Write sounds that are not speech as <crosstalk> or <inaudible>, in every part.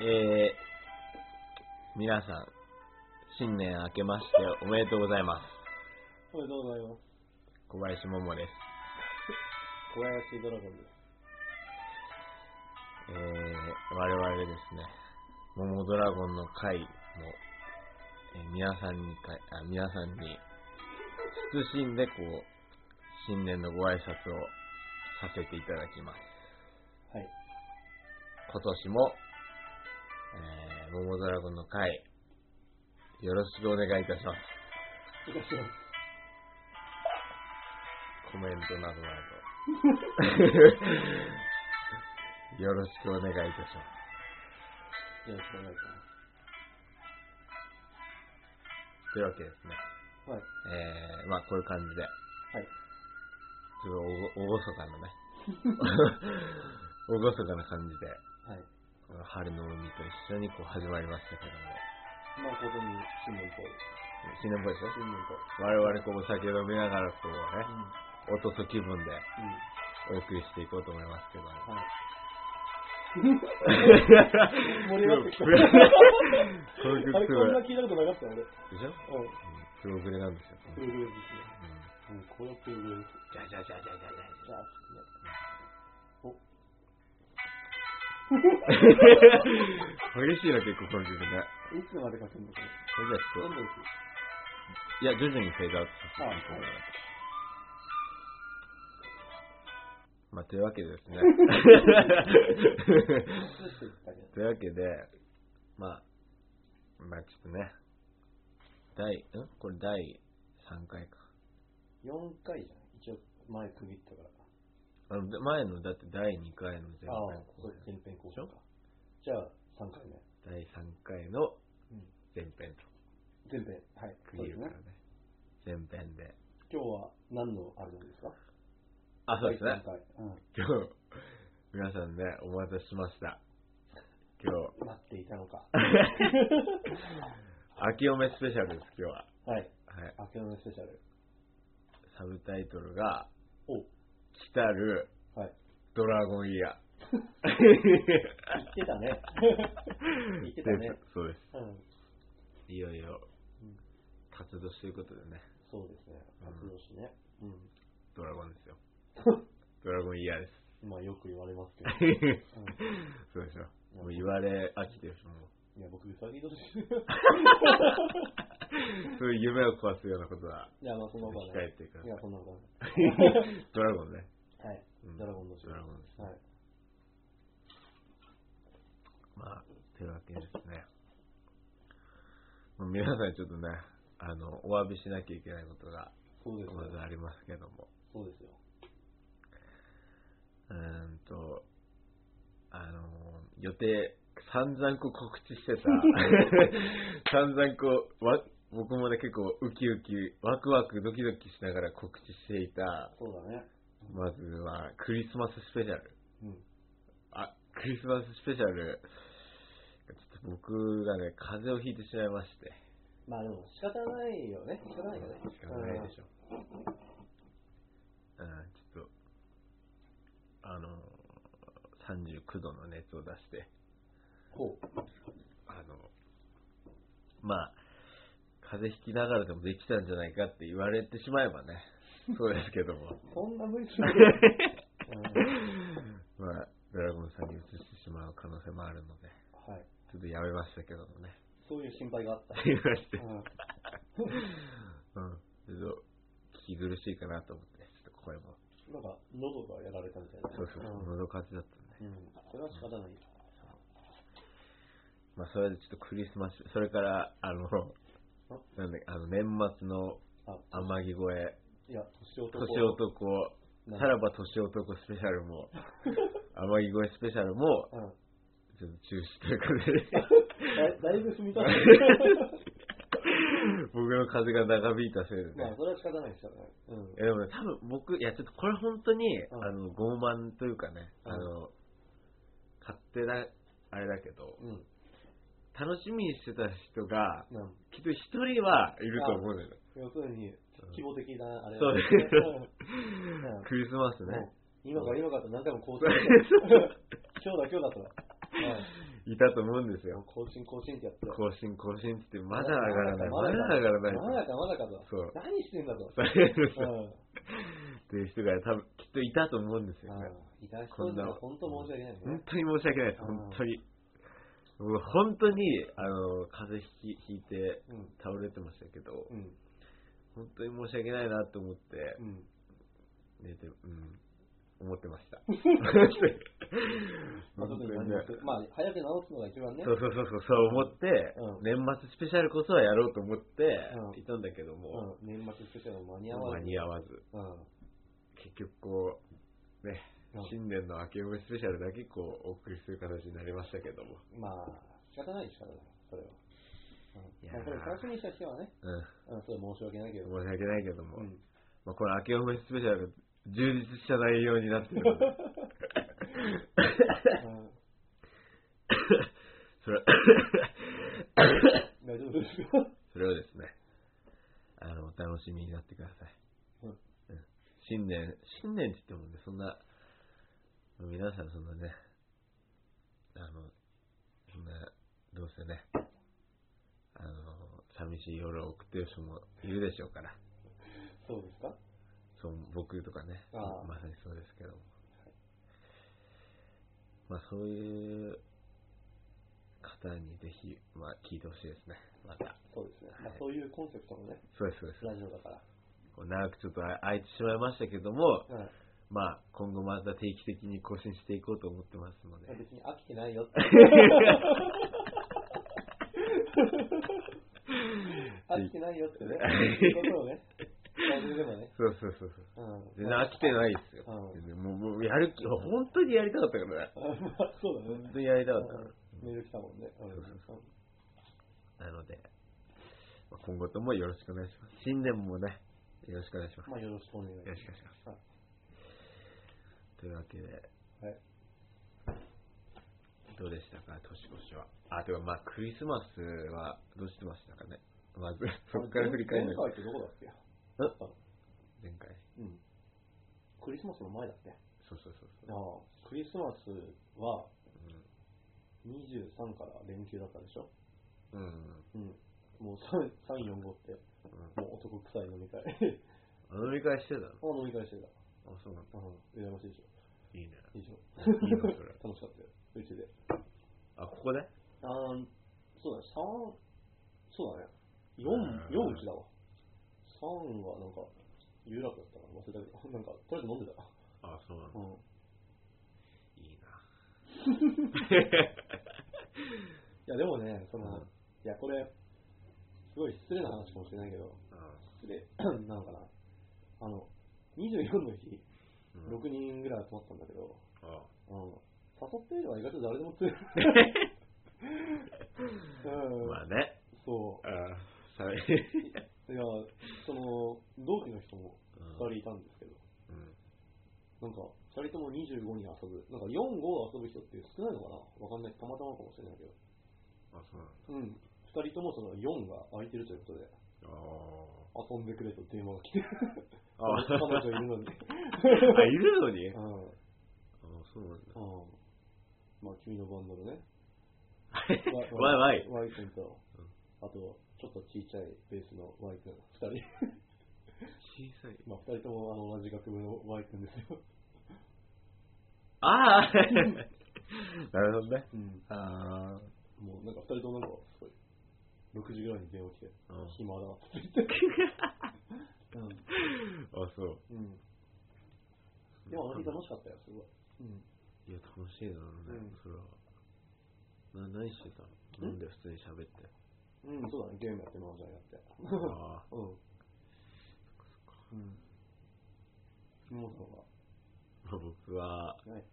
えー、皆さん、新年明けましておめでとうございます。おめでとうございます。小林桃です。小林ドラゴンです。えー、我々ですね、桃ドラゴンの会も、えー皆さんにかあ、皆さんに、謹んでこう、新年のご挨拶をさせていただきます。はい。今年も、えー、桃ドラゴンの会、よろしくお願いいたします。お願いします。コメントな <laughs> どなど。よろしくお願いいたしまよろしくお願いしす。というわけですね。ます。はい。えー、まあこういう感じで、はい。ちょっとおごおごそかな <laughs> ね、おごそかな感じで、はい。この春の海と一緒にこう始まりましたけども、まあ、ここに新聞と、新年っぽいでし新聞と。ょ我々こうお酒飲みながらこうねうん。、おとそ気分でうお送りしていこうと思いますけども。ん。はい。盛。盛り上がってきた <laughs> この曲あれ、すこんなごい。聞いたことなかったよ、俺。でしょうん。プログレなんですよ。プログレですね。うん、これはプログレです。じゃじゃじゃじゃじゃじゃ。じゃあ、ちょっ <laughs> 激しいな、結構この曲ね。とね。いつまでかけんのかな。それじゃあちょどっと、いや、徐んどん行く。々にフェードアウトさせていこうかなと。まあ、というわけでです <laughs> ね。どうしていったね。というわけで、まあ、まあちょっとね、第、んこれ第3回か。 4回じゃん。一応、前区切ったから。あので前の、だって第2回の前ああ編、そ後う、編、前編後編か。じゃあ、3回目。第3回のうん。前編と前編。はい。区そう切でるかすらねね。。前編で。今日は何のあれなんですかあ、そうですね。第三回うん今日、 <laughs> 皆さんね、お待たせしました。今日、待っていたのか。秋おめスペシャルです、今日は。はい。はい。明けのスペシャル。サブタイトルが、来おたるはい。ドラゴンイヤー。言ってたね。 <laughs> 言ってたねでそうでうん。す。いよいようん、活動ということでね、そうですね。うん活動しね。うドラゴンですよ。ドラゴンイヤーです。ん。まあよく言われますけど。 <laughs> そうでしょ。もう言われ飽きてるし、も <laughs> う。いや、僕、うさぎ年。そういう夢を壊すようなことは、いや、まあそんなことは控なえい。てくだいさ。や、そんなことはない <laughs> ドラゴンね。い。はい。うんドラゴン年。ドラゴンですねはい。まあ、というわけですね。もう皆さんにちょっとね、あの、お詫びしなきゃいけないことが、そうですまずよ。ありますけども。そうですよ。うーんと、あの、予定、散々こう告知して <laughs> た、散々こう、わ僕もね、結構ウキウキ、ワクワクドキドキしながら告知していた、そうだね。まずはクリスマススペシャル。うん。あ、クリスマススペシャル、ちょっと僕がね、風邪をひいてしまいまして。まあでも仕方ないよね。仕方ないよね。しかないでしょ。うん、ちょっと、あのー、39度の熱を出して、うんこう。あのまあ、風邪ひきながらでもできたんじゃないかって言われてしまえばね、そうですけども、そんな無理しないで。う <laughs> んまあ、ドラゴンさんに移してしまう可能性もあるので、はい。ちょっとやめましたけどもね。そういう心配があった。やめまして、うんうん、ちょっと、聞き苦しいかなと思って、ちょっと声も、なんか、喉がやられたみたいな。そうそうそう、喉風邪だったんで。うん。うん。それは仕方ない。まあ、それでちょっとクリスマス、それから、あの、なんだっけあの、年末のあ、天城越え、いや、年男。年男、なさんらば年男スペシャルも、天城越えスペシャルも、 <laughs> うん。ちょっと中止というこ <laughs> だだいぶ踏み <laughs> 立とっ <laughs> で、僕の風が長引いたせいでてまあ、ね。それは仕方ないですよね。ういん。やでもね、多分僕、いや、ちょっとこれ本当に、んあの、傲慢というかね、うんあの、勝手な、あれだけど、うん。楽しみにしてた人が、うん。きっと一人はいると思うんだよね。要するに、希望的な、あれそうだでねすうんクリスマスうんね。 <laughs> 今が今がと何回も肯定して今日だ今日だと。うんいいたと思うんですよ。更新更新ってやってた。更新更新ってって、まだ上がらない、まだ上がらない。まだかまだかと。そう何してんだと。とりあえずうっん。ていう人が多分、きっといたと思うんですよね。いた人には本当申し訳ないです本ね。当に申し訳ないです、うん本当に。僕、本当に、あの、風邪ひきひいてうん。倒れてましたけどう、ん。本当に申し訳ないなと思ってう、ん。寝て、うん、思ってま <laughs> した。まあ、本当特ににね何もするまあ、早く治すのが一番ね。そうそうそうそう、そう思って、うん年末スペシャルこそはやろうと思ってうんいたんだけども、うん。年末スペシャルも間に合わ間ず。に合わず、うん。結局こう、ね、新年の明けおめスペシャルだけこう、お送りする形になりましたけども。まあ、仕方ないでしょ、それは。うん。いやーまあ、これ楽しみにした人はね、うん、うん、それ申し訳ないけど。申し訳ないけども、うん。まあ、この明けおめスペシャル、充実した内容になってるので <laughs> <laughs> うんそれは <laughs> 大丈夫ですかそれをですね、あの、お楽しみになってください。うんうん新年、新年って言ってもね、そんな、皆さんそんなね、あの、そんな、どうせね、あの、寂しい夜を送ってる人もいるでしょうから、そうですかそう、僕とかね、ああまさにそうですけども。まあ、そういう方にぜひ、まあ、聞いてほしいですね、また。そうですね。まはあい、そういうコンセプトのね、そうです、そうです。ラジオだから。こう長くちょっと空いてしまいましたけども、うん。まあ、今後また定期的に更新していこうと思ってますので、別に飽きてな <laughs> いよって。飽きてないよってね。そういうことをね。ラジオでもね。そうそうそうそう。うん。全然飽きてないですよ。うん全然もう、もうやる気、本当にやりたかったからね。あまあそうだ本ね。当にやりたかったかメール来たもんね。うんそうそうら。なので、まあ今後ともよろしくお願いします。新年もね、よろしくお願いします。まあよろしくお願いしよろしくお願いします。というわけで、はい。どうでしたか、年越しは。あ、てかまあ、クリスマスはどうしてましたかね。まず、そこから振り返る前の回にってどこだっけ前回。うん。クリスマスの前だっけあそうそうそうそう。あ、クリスマスはうん23から連休だったでしょうんうんうん。もう3、3、4、5って、もう男臭い飲み会。 <laughs> あ、うん。飲み会してたのあ、飲み会してた。そうなんだ。うん。羨ましいでしょ。いいね。いいでしょ。いいのそれ。 <laughs> 楽しかったよ。うちで。あ、ここであーそうだね、三そうだね。4、四うちだわ。3がなんか、有楽だったから忘れたけど、なん <laughs> か、とりあえず飲んでた。あ、そうなんだ。うん。いい <laughs> な。いや、でもね、その、うんいや、これ、すごい失礼な話かもしれないけど、失礼なのかな。あの、24の日、うん。うん6人ぐらい集まったんだけど、あうん、誘ってみれば意外と誰でも <laughs> 釣れる。うん、まあね。そあさい。う。いや、その、同期の人もうん2人いたんですけど、うん。なんか、2人とも25に遊ぶ。なんか、4、5遊ぶ人って少ないのかなわかんない。たまたまかもしれないけど。あ、そうなんだ。うん。2人ともその4が空いてるということで、遊んでくれと電話が来て、あ <laughs> <laughs> あ。彼女いるのに。あ、いるのにあう、ん。うん。そうなんだ。まあ、君のバンドのね。わいわい。 <laughs> ワイ君とうん、あと、ちょっと小さいベースのワイ君、2人。小さい。まあ、2人ともあの同じ学部の Y 君ですよ。あ <laughs> あなるほどね。うん。ああ。もうなんか2人ともなんか、すごい、6時ぐらいに電話来て、うん暇だって言 <laughs> って。あ、そう。うん。うん。でも、あの日楽しかったよ、すごい。うん。いや、楽しいだろうね、うんそれは。な、何してたの飲んで普通に <laughs> 喋って。うん、そうだね、ゲームやって、マージャンやって。あうん。うん。君もそうあ、僕は、だ。はい。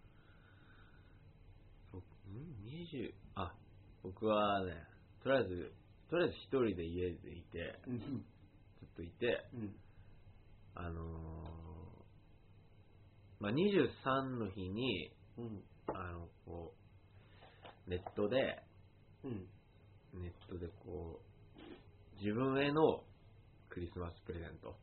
僕、ん ?20、あ、僕はね、とりあえず、とりあえず一人で家でいて、うん。ずっといて、うん。あのー、まあ、23の日に、うん。あの、こう、ネットで、うん。ネットでこう、自分へのクリスマスプレゼントん。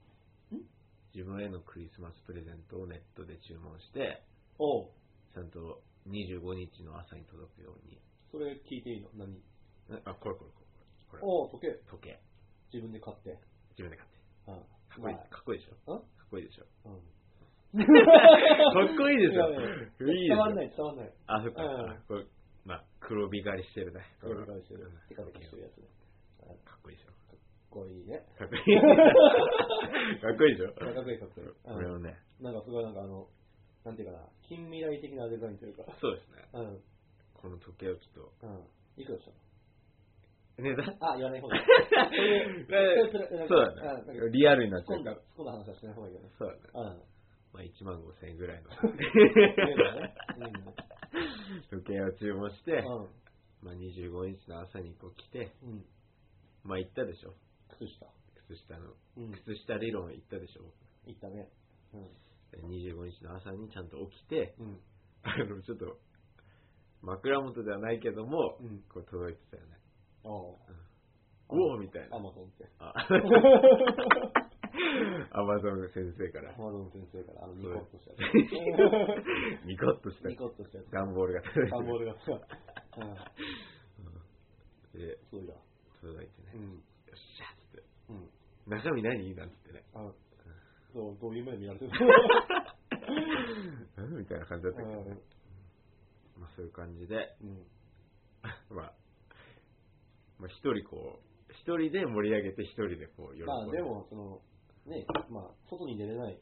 自分へのクリスマスプレゼントをネットで注文して、おう。ちゃんと25日の朝に届くようにそれ聞いていいの何えあ、これこれこれ。こおお、時計。れ。時計。自分で買って。自分で買って。うん。かっこいい、まあかっこいいでしょ。うんかっこいいでしょ。うん。かっこいいでしょ。いやいやいいで伝わんしなょ。い、伝わんない。あ、そっか。うんあこれまあ、黒光りしてるね。これ返してるうん。テカテカしてるやつね。うんかっこいいでしょ。これいいね。かっこいい。かっこいいでしょ。かっこいいかっこいい。これうをね、ん。なんかすごいなんかあの、なんていうかな、近未来的なデザインというか。そうですね。うん。この時計をちょっうん。いくらでしたのと、値段あ、言わない方がいい。えそれそれそうだうんなんねか。リアルになっち突ゃっ込うんからだ、突っ。込んだ話はしない方がいいよね。そうだね。うん。まあ、1万5千円ぐらいの言うのね。 <laughs> 時計を注文して、うまあ、25日の朝にこう来て、ん。うん。まあ、行ったでしょ。靴下。靴下の、うん。靴下理論行ったでしょ。いったね。うん。で25日の朝にちゃんと起きて、うん。あの、ちょっと、枕元ではないけども、うん。こう届いてたよね。おう。うおーみたいアな。マゾンって。 <laughs> あアマゾンの先生から <laughs> ア、マゾン先生から、あの、ニコッとした <laughs> やニコッとしつ。たニコッとしたやつ。段ボールが届いて段ボールが。うん。るで、そうだ。届いてね、うよん。っしゃっつって、うん。中身何なんつってね、あそう、どういう目で見られてるうんみたいな感じだったけど、うまあそういう感じで、 <laughs> ん。まあ、まあ一人こう、一人で盛り上げて一人でこう、喜ぶ。まあ、でも、その、ね、まあ、外に出れない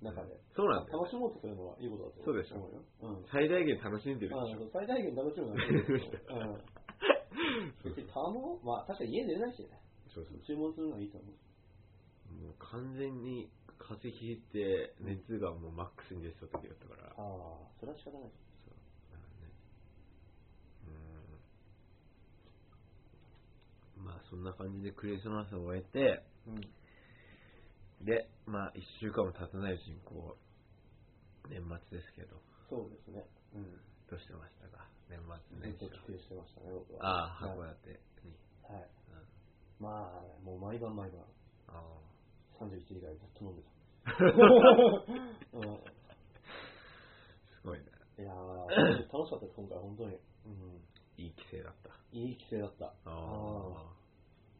中で、そうなんだよ、楽しもうとするのはいいことだとそうでしょ思うよ。うん。最大限楽しんでるでしまあ、ょ。最大限楽し <laughs> むのはいいことだよ。うん。そう <laughs> 別に頼もう。まあ、確かに家出れないしね。そうそう注文するのはいいと思う。もう完全に風邪ひいて、熱がもうマックスに出てた時だったから、ああ、それは仕方なだい。からねうーんまあそんな感じでクリスマスを終えて、うん。で、まあ1週間も経たないうちにこう、年末ですけど、そうですね。うん。どうしてましたか年末ず年っと始帰省してましたね、僕は。は。ああ、はい函館に。はい。まあ、もう毎晩毎晩、ああ。 31時間ずっと飲 <laughs> んでた。うんすごいね。いやー、楽しかったです、今回、本当に。うん。いい帰省だった。いい帰省だった。ああ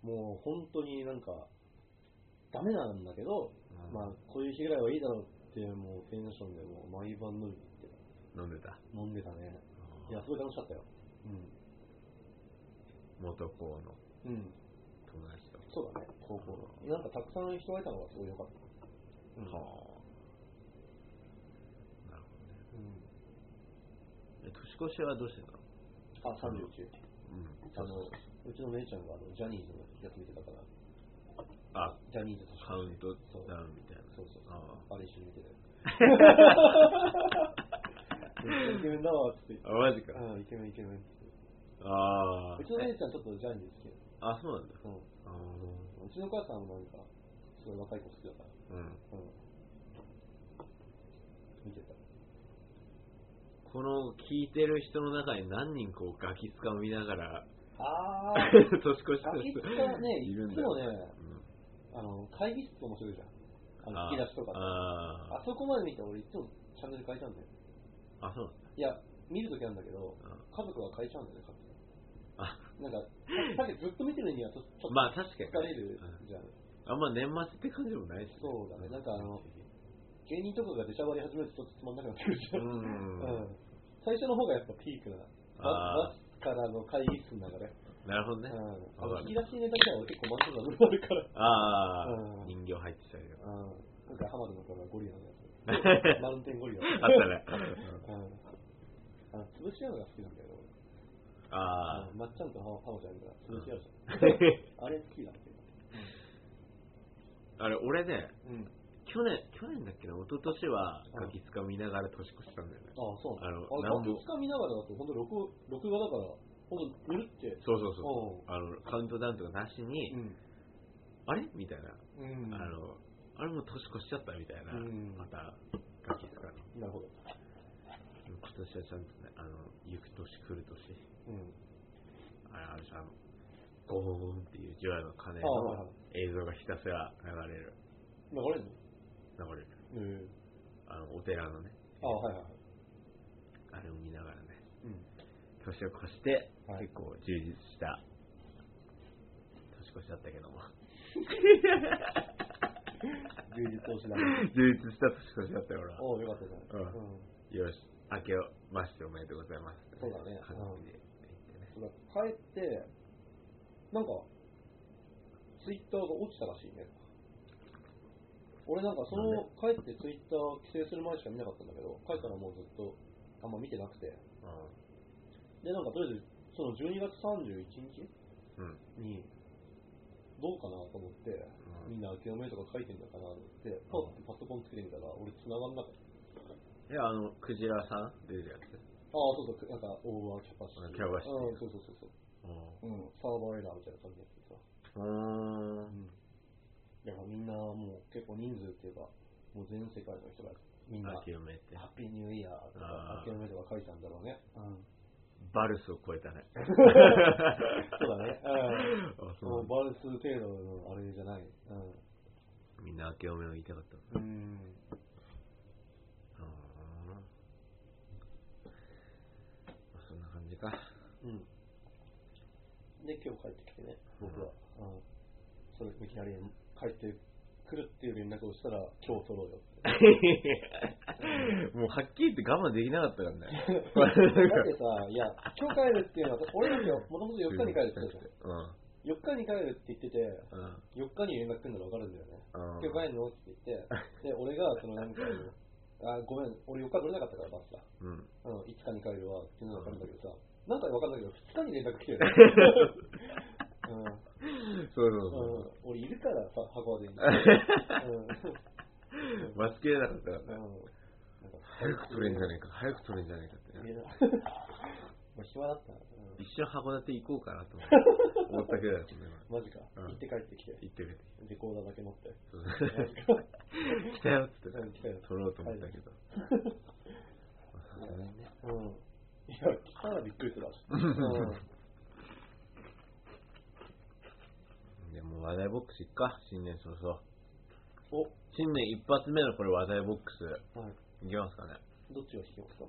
もう本当になんか、ダメなんだけど、うんまあ、こういう日ぐらいはいいだろうっていう、もうテンションで、もう毎晩飲みに行って、飲んでた。飲んでたね。いや、すごい楽しかったよ。元校のうん。うん。友達と。そうだね、高校の。なんかたくさん人がいたのがすごい良かった。うん。はあ。なるほどね。うんえ年越しはどうしてたのあ、31。うん。あの、うちの姉ちゃんがあのジャニーズのやつ見てたから、あ、ジャニーズとしてカウントそうダウンみたいな。そうそうそう。ああれ一緒に見てた <laughs> よ。めっちゃイケメンだわ、つって。あ。あ、マジか。うん、イケメンイケメンっつって。ああうち。の姉ちゃんちょっとジャニーズ好きあ、そうなんだ。なの。あうん。うちの母さんもなんか、すごい若い子好きだから。ーうん。うん。見てた。この聞いてる人の中に何人こうガキ使を見ながらあ <laughs> 年ー。越しするガキ使はね、 <laughs> いいるんつだもよ。ね、うんあの、会議室面白いじゃん。あの、引き出しとか。ああそこまで見て俺いつもチャンネル変えちゃうんだよ。あ。あ、そうなんだ。いや、見るときなんだけど、うん家族は変えちゃうんだよね、勝手にあなんか、さっきずっと見てるにはちょちょっとまあ確かに疲れるじゃん。あんま年末って感じでもないし、そうだねなんかあの芸人とかが出しゃばり始めるとちょっとつまんなくなってくるじうゃん。ん。うん最初の方がやっぱピークな。あーバスからの会議室の中で。なるほどうね。ん。あわのかる引き出しネタぐらいは結構満足なのあるから。ああう、ん人形入ってたりとか。うん。今回浜田の子がゴリラの <laughs> やつ。マウンテンゴリラ。あった <laughs> ね。うん。あの潰し合うのが好きなんだよね、俺。あうんまっちゃんとハマちゃんが潰し合うじゃん。あ。あれ好きだって。 <laughs> あれ、俺ね、うん。去年、去年だっけな、一昨年はうんガキ使見ながら年越したんだよね。ああ、そうなあのの。なんあれ、もガキ使見ながらだと、本当録録画だから、本当うるって。そうそうそう。おうあの、カウントダウンとかなしに、ん。あれみたいな。うん。あの、あれもう年越しちゃったみたいなうん、また、ガキ使の。なるほど。今年はちゃんとね、あの、行く年来る年。うん。あれ、あるじゃんあの、ゴーンっていうジュアの鐘あはいはの映像がひたすら流れる、流れる流れる。のえあの、お寺のね、え。ああ、はいはいはい。あれを見ながらね、うん。年を越して、はい結構充実した年越しだったけど <laughs> も。充実をし <laughs> ながら。充実した年越しだったよ、俺は。おお、よかったじゃない。うんうんよし、明けましておめでとうございます。そうだね家族で言ってね。そうだ帰って、なんか、ツイッターが落ちたらしいね。俺なんかそなんの、帰ってツイッター規制する前しか見なかったんだけど、帰ったらもうずっとあんま見てなくて。で、なんかとりあえず、その12月31日うん。うん。に、どうかなと思って、うんみんな明けおめとか書いてんだかなと思って、パッてパソコンつけてみたら、俺繋がんなかった。いや、あの、クジラさん出るやつ。ああ、そうそう、なんか、オーバーキャパシティ。キャパシティうん、そうそうそうそう。ううん、サーバーエラーみたいな感じでさ。ん。うーん。だからみんなもう結構人数っていうか、もう全世界の人がみんな、明ハけおめって。ッピーニューイヤーとあーか、明けおめとか書いてたんだろうね。うん。バルスを超えた <laughs> ね。そうだね。うん。 <laughs> あ、そのそバルス程度のあれじゃない。うん。う。みんな明けおめを言いたかった。うん。うーんまあそんな感じか。うん。で、今日帰ってきてね、僕は。うん。それ、いきなり帰ってくるっていう連絡をしたら、今日取ろうよって。 <laughs> もうはっきり言って我慢できなかったからね。だってさ、いや、今日帰るっていうのは、俺たちはもともと4日に帰るって言ってたじゃん。4日に帰るって言ってて、うん。うん。 4日に連絡来るなら分かるんだよね。うん今日帰るのって言って、で、俺が、そのなんか、あ、ごめん、俺4日乗れなかったから、バスが。うん。うん、5日に帰るわっていうのは分かるんだけどさ、なんか分かんないけど、2日に連絡来てる、 <laughs> ねそうそううんうんそ、俺いるからさ、箱根に。う。待ちきれなかったからうん。うね。ん。なんか早く取れんじゃねえか、早く取れんじゃねえかってね。いやもう暇だったな。一瞬函館行こうかなと思って思ったけどだったね。うん、マジか、うん行って帰ってきて。今行ってくれて。レコーダーだけ持って。そうマジか来たよっつっうんて来たよ取ろうと思ったけど。まあさすがにね。うん。いや、来たらびっくりするわ。でもう話題ボックス行っか、新年早々。お、新年一発目のこれ話題ボックはス、いきますかね。い。どっちが弾きますか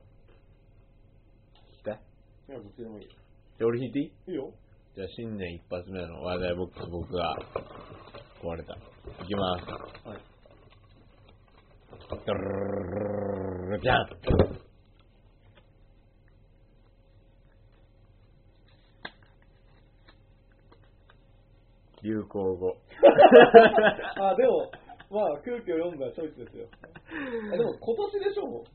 聞きたいいや、どっちでもいい。じゃあ俺弾いていいいいよ。じゃあ新年一発目の話題ボックス僕が壊れた。いきます。はい。ドゥルルルルルルルじゃん流行 <laughs> 語。あ、でも、まあ、空気を読んだチョイスですよ。あでも、今年でしょ、も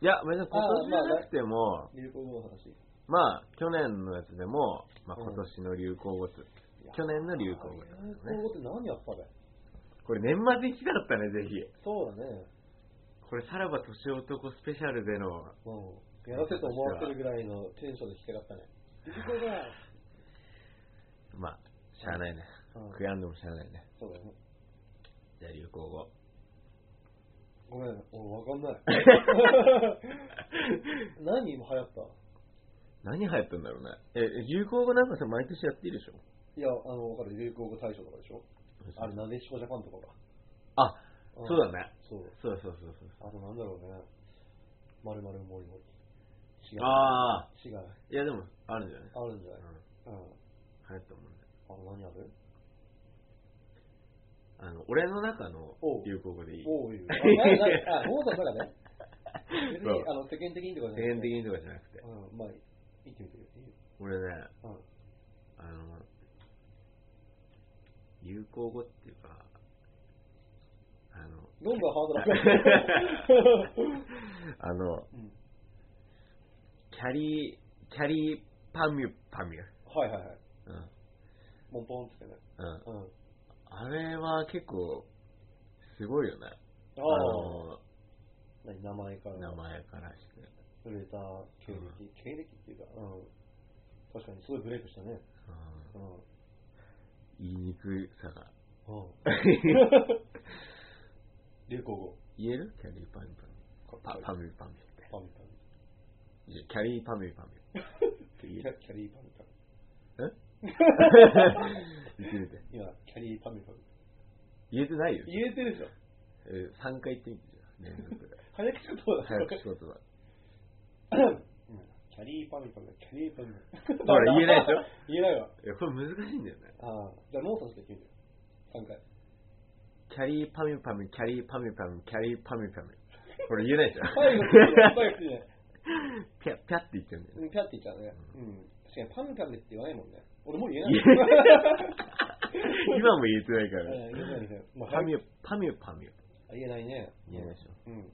いや、別に今年じゃなくても、う。流行語の話。まあ、去年のやつでも、まあ、今年の流行語って、去年の流行語だったんです流行ね。語って何やったべこれ年末に来たかったね、ぜひ。そうだね。これ、さらば年男スペシャルでの、うん。やらせと思わせるぐらいのテンションで弾きたか <laughs> ったね。流行語が、まあ、しゃあないね。うん悔やんでもしゃあないね。そうだね。じゃあ、流行語。ごめん、俺 <laughs> わかんない。何今流行った何流行ったんだろうね。え、流行語なんかさ、毎年やっていいでしょいや、あの、わかる、流行語大賞とかでしょあれ、なでしこジャパンとかが。あ、んそうだね。そう。そうそうそうそう。あとなんだろうね。まるまるもりもり。違う。ああ、違う。いやでも、あるんじゃないあるんじゃうなんい。うん。流行ったもんね。あの、何あるあの、俺の中のおう流行語でいい。おう <laughs> いう。あ、ないないあ、モーさんだからね。別そにう、あの、世間的にとかじゃなく世て間的にとかじゃなくて。うん、まあ、言ってみてよ。いいよ俺ね、うん。あの、流行語っていうか、あの、どんどんハードル上がる。 <laughs> <laughs> あの、うん。キャリー、キャリーパミュパミュ。はいはいはい。うん。ポンポンっつってね。うん。うん。ああれは結構、すごいよね。あ。の、何名前から。名前からして。売れた経歴、経歴っていうか、うん、確かにすごいブレイクしたね。うんうん。うん。言いにくさが。流行語。言えるキャリーパミュパミュ。パパミュパミュって。パミパミ。いやキャリーパミュパミュ。ってキ言えャる。キャリーパミパミ。 <laughs> 言ってみて。今、キャリーパミパミ。言えてないよ。言えてるでしょ。えー、3回言ってみてじゃあ連続で。早口言葉だ早口言葉。うんキャリーパミュパミュ、キャリーパミュ。ほら、言えないでしょ <laughs> 言えないわ。いや、これ難しいんだよね。ああ、じゃあノートして言ってみて。3回。キャリーパミュパミュ、キャリーパミュパミュ、キャリーパミュパミュ。これ言えないでしょ最後、最後、ね、ピャッ、ピャッって言っちゃうんだよね。うんピャって言っちゃうね。うん。確かにパミュパミュって言わないもんね。俺もう言えない。言え今も言えてないかうん言えら。ないね。まあパミュ、パミュパミュ。言えないね。言えないでしょ。うん。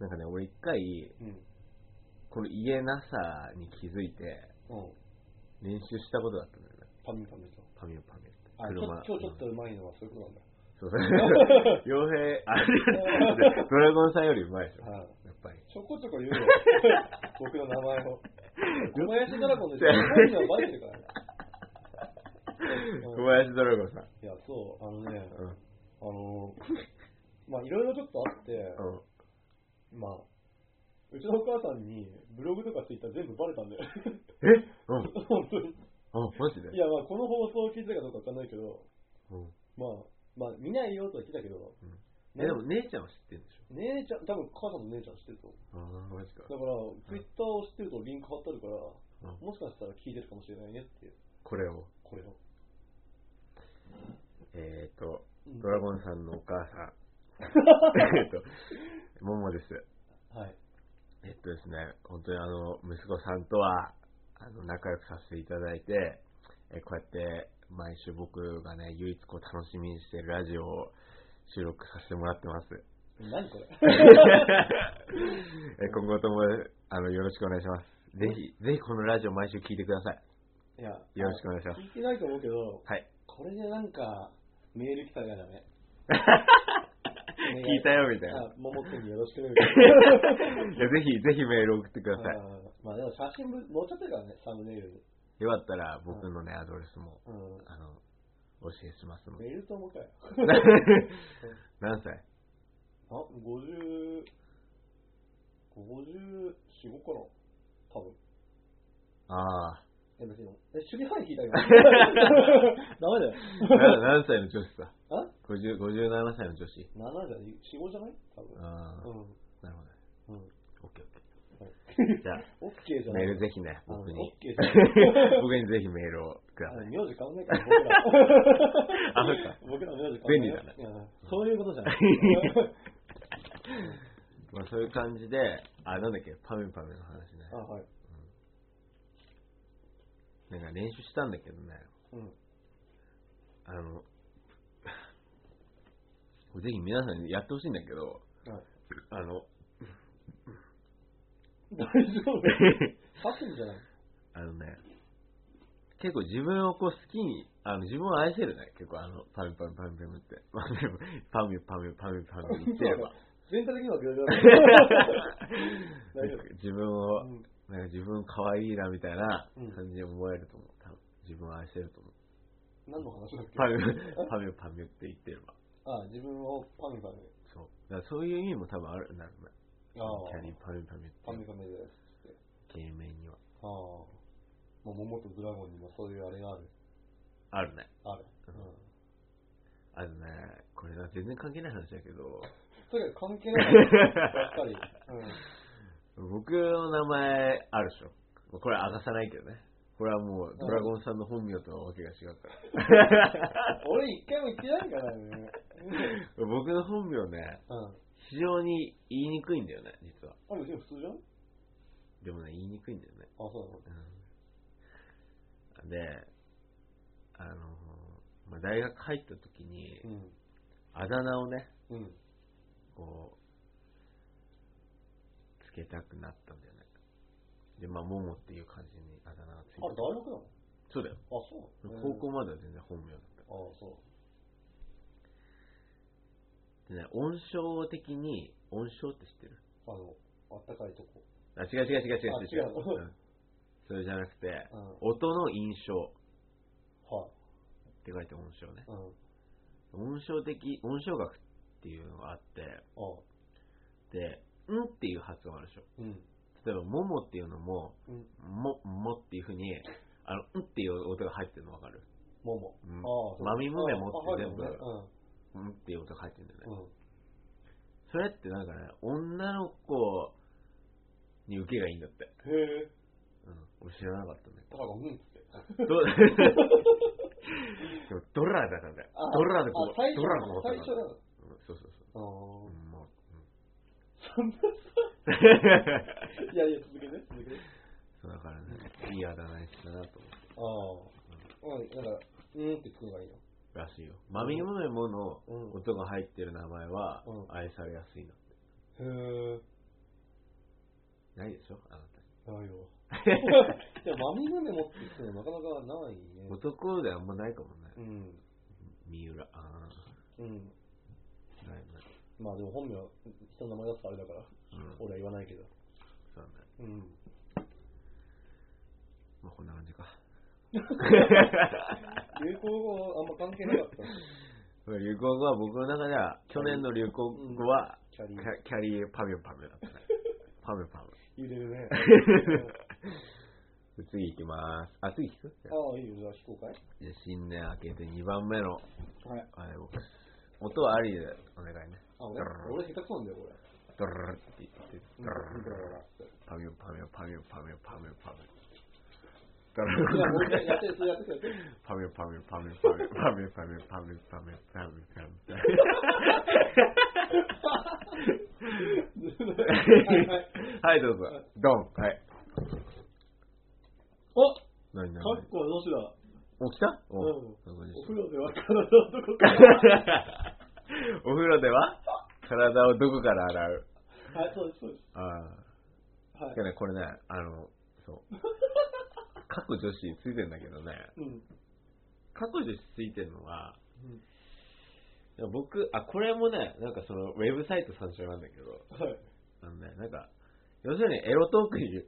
なんかね、俺一回、うん。この言えなさに気づいて、うん。練習したことがあったんだよね。パミュパミュと。パミュパミュって。あ、ちょ今日ちょっとうまいのはそういうことなんだ。そうそう。傭兵、あれ、ドラゴンさんよりうまいでしょ。ああやっぱり。ちょこちょこ言うよ。僕の名前を。小林ドラゴンでしいょ。や本人はバレてるからね。小林ドラゴンさん。いや、そう、あのね、うん。あの、まあいろいろちょっとあって、うん。まあ、うちのお母さんにブログとかツイッター全部バレたんだよ。 <laughs> えうん。うん。本当に。マジでいや、まあこの放送を聞いてたかどうかわかんないけど、うん。まあ、まあ見ないよとは聞いたけど、うんねえ、でも姉ちゃんは知ってるんでし姉ちゃん、多分母さんと姉ちゃん知ってると思う。ょああ、マジかだ。から、ツイッターを知ってるとリンク貼ってあるから、うんもしかしたら聞いてるかもしれないねっていう、これを。これを。えっ、ー、と、うんドラゴンさんのお母さ <laughs> ん。えっと、ももです。はい。えっとですね、本当にあの、息子さんとは、あの、仲良くさせていただいて、えこうやって、毎週僕がね、唯一こう楽しみにしてるラジオを収録させてもらって <laughs> ます。何これえ今後とも、あの、よろしくお願いします。ぜひ、ぜひこのラジオ毎週聞いてください。いや、よろしくお願いします聞いてないと思うけど、はい。これでなんか、メール来たらダメ。聞いたよ、みたいな。あ、ももくんによろしくね。 <laughs> いや、ぜひ、ぜひメール送ってください。あーまあでも写真ぶ載っちゃってるからね、サムネイルに。よかったら、僕のね、アドレスも、うん。あの、お教えしますので。メールと思うかよ。 <laughs> 何歳あ、50、54、5かな多分。ああ。え、別に、え、守備範囲聞い <laughs> た今。ダメだよ。な <laughs> 何歳の女子さあ ?50、57歳の女子。 ?7 じゃない、4、5じゃない多分。ああ、うん。なるほど。うん。オッケーオッケはいー。じゃあ、オッケーじゃなメい。ールぜひね、僕うんオにッ。ケーじゃない。僕にぜひメールをくだ <laughs> さい。名字変わんないから、僕ら。あ、そっか。僕ら名字変わんないよ。便うんそういうことじ <laughs> ゃない。まあ、そういう感じで、あ、なんだっけ、パミュパミュの話ねあ、。はい。なんか練習したんだけどね、うん。あの、 <laughs> これぜひ皆さんにやってほしいんだけど、はいあの、大丈夫。パスんじゃないあのね、結構自分をこう好きに、あの自分を愛せるね、結構あの、パミュパミュパミュパミュって、 <laughs> パミュパミュパミュパミュパミュ言ってれば、全体的にはグーグー <laughs> 大丈夫。自分を、うんなんか自分可愛いなみたいなうん感じに思えると思う、多分自分を愛せると <laughs> 思う。何の話だっけパミュ、パミュパミュって言ってれば、あ、自分をパミュパミュ。そう。だからそういう意味も多分あるんだろうね。あキャリーあ、パミュパミュパってミュパミュです。芸名にはああ。もう、桃とドラゴンにもそういうあれがある。あるね。ある。ううんん。あのね、これは全然関係ない話だけど、それ関係ない。やっぱり。僕の名前あるでしょ。これは明かさないけどね。これはもうドラゴンさんの本名とはわけが違うから。 <laughs> うん。俺一回も言ってないからね。僕の本名ね、うん。非常に言いにくいんだよね、実は。あれ、でも普通じゃんあ、でもね、言いにくいんだよね。そうなのうん、で、あの、まあ、大学入った時に、あだ名をね、うん。うん。こう、つけたくなったんだよね。で、まあ、ももっていう感じにあだ名がついあれ、て。大学なのあ、そうだよ。そうなの高校までは全然本名だっあそた。でね、音章的に、音章って知ってるう。あの、あったかいとこ。あ、違う違う違う違う違う。あ違うんそれじゃなくて、うん音の印象はい。って書いて音章ね。うん。あ音章的、音章学っていうのがあって、で、んっていう発音あるでしょ。うん。例えば、ももっていうのも、うん。も、もっていうふうに、あの、んっていう音が入ってるのわかるもも。うんああ、そう。マミムメあモあって全部はいはいんっていう音が入ってるんだようね。ん。うん。それってなんかね、女の子に受けがいいんだって。へえ。うん。俺知らなかったね。 <laughs> だから、うんっつって。どでもドラだからね。あドラでこあう、最初ドラのこと最初だ。うん、そうそうあそう。うん、まあ、うん。あ。そんなさ。いやいや、続けて、続けて。 <laughs> そうだからね、いいあだ名にしたなと思って。ああ。うん、なんか、うんってつくのがいいの。らしいよ。飲み物にものうん音が入ってる名前はう、ん愛されやすいの。へえ。ないでしょあなた。ない <laughs> よ。 <laughs> いや、マミムネ持ってきてもなかなかないね。男であんまないかもね。うん。三浦。あうん。あ、ないない。まあでも本名、人の名前出すとあれだから、うん、俺は言わないけど。そうね。うん。まあこんな感じか。流行語はあんま関係なかった。流行語は僕の中では、去年の流行語は、キャリキー。ャキャリーパミュパミュだったね。パミュパミ揺れる <laughs> ね。ュ。次行きまーす。あ、次聞くじゃあああ、いいよ。じゃあ、非公開じゃあ新年明けて2番目の、はい。あれ僕、音はありでお願いね。あ、俺、俺下手くそなんだよ、これ。ドルルルって言って、ドルルルルだかルら。パミュパミュパミュパミュパミュパミュ。いや、もう一回やって、それやってく <laughs> れ。パミュパミュパミュパミュパミュパミュパミュパミュパミュパミュ。ははい、いはい。どうぞ。ドン。はい。おか何何っこは女子だ。起きたうおんそこでおし風呂では体のどこから。ょ <laughs> お風呂では体をどこから洗うはい、そうです、そうであす。はあ。いで。ね、これね、あの、そう。各女子ついてんだけどね、うん。各女子ついてんのは、うんいや僕、あ、これもね、なんかその、ウェブサイト参照なんだけど、はい。あのね、なんか、要するにエロトークに、エ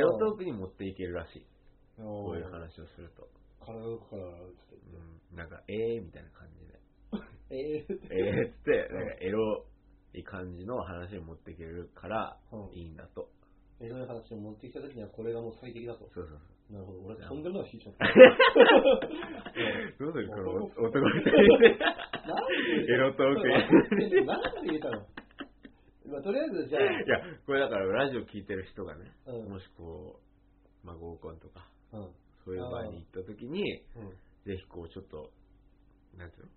ロトークに持っていけるらしい。こおういう話をすると。体のどこからつっうん、なんか、ええー、みたいな感じで。て。ええええっつって、なんかエロい感じの話に持っていけるからうん、いいんだと。エロい話を持ってきた時にはこれがもう最適だと。そうそうなるほど。じ俺、ゃあとんでもない引いちゃった。そう。どうするこの男男み <laughs> たいな。なんでエロトークに。なんで入れたのまあ、とりあえず、じゃいや、これだからラジオ聞いてる人がね、あ、うん。もしこう、まあ合コンとか、うん。そういう場合に行った時に、うん。ぜひこうちょっと、なんていう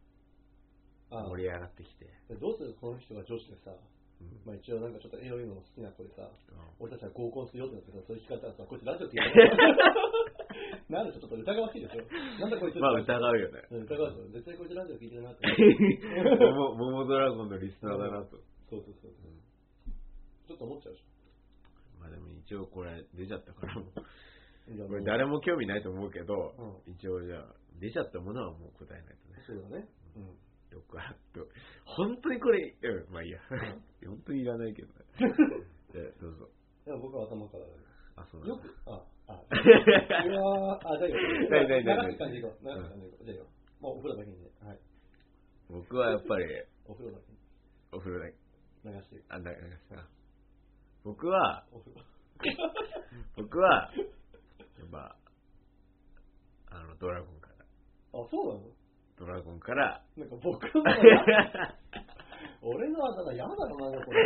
あの盛り上がってきて。どうするこの人が上司でさ、うんまあ一応なんかちょっとエロいのも好きな子でさ、うん俺たちは合コンするよってなってさ、そういう聞かれたらさ、こいつラジオ聞いてるなんでちょっと疑わしいでしょなんだこいつまあ疑うよね。うん疑うでしょ絶対こいつラジオ聞いてるなって。 <laughs> 桃桃ドラゴンのリスナーだなと。そうそうそう。うんちょっと思っちゃうでしまあでも一応これ出ちゃったからもうょ。いやこれ誰も興味ないと思うけど、う一応じゃあ出ちゃったものはもう答えないとねそうだね。うん。よくあっと本当にこれ、うん、まあいいや <laughs> 本当にいらないけどねじゃあどうぞでも僕は頭からだねあそうなよんだく、あ、あ、うわーあ、じゃあいいよ。大丈夫大丈夫長い感じでいこう。長い感じでいこう。じゃあいいよ。もうお風呂だけにね。はい。 <laughs> 僕はやっぱりお風呂だけにお風呂だけ流していく。あだなんかさ僕はお風呂。僕はやっぱあのドラゴンからあ、そうなのドラゴンからなんか僕の <laughs> 方が俺のはなんか嫌だろう <laughs> な、これ。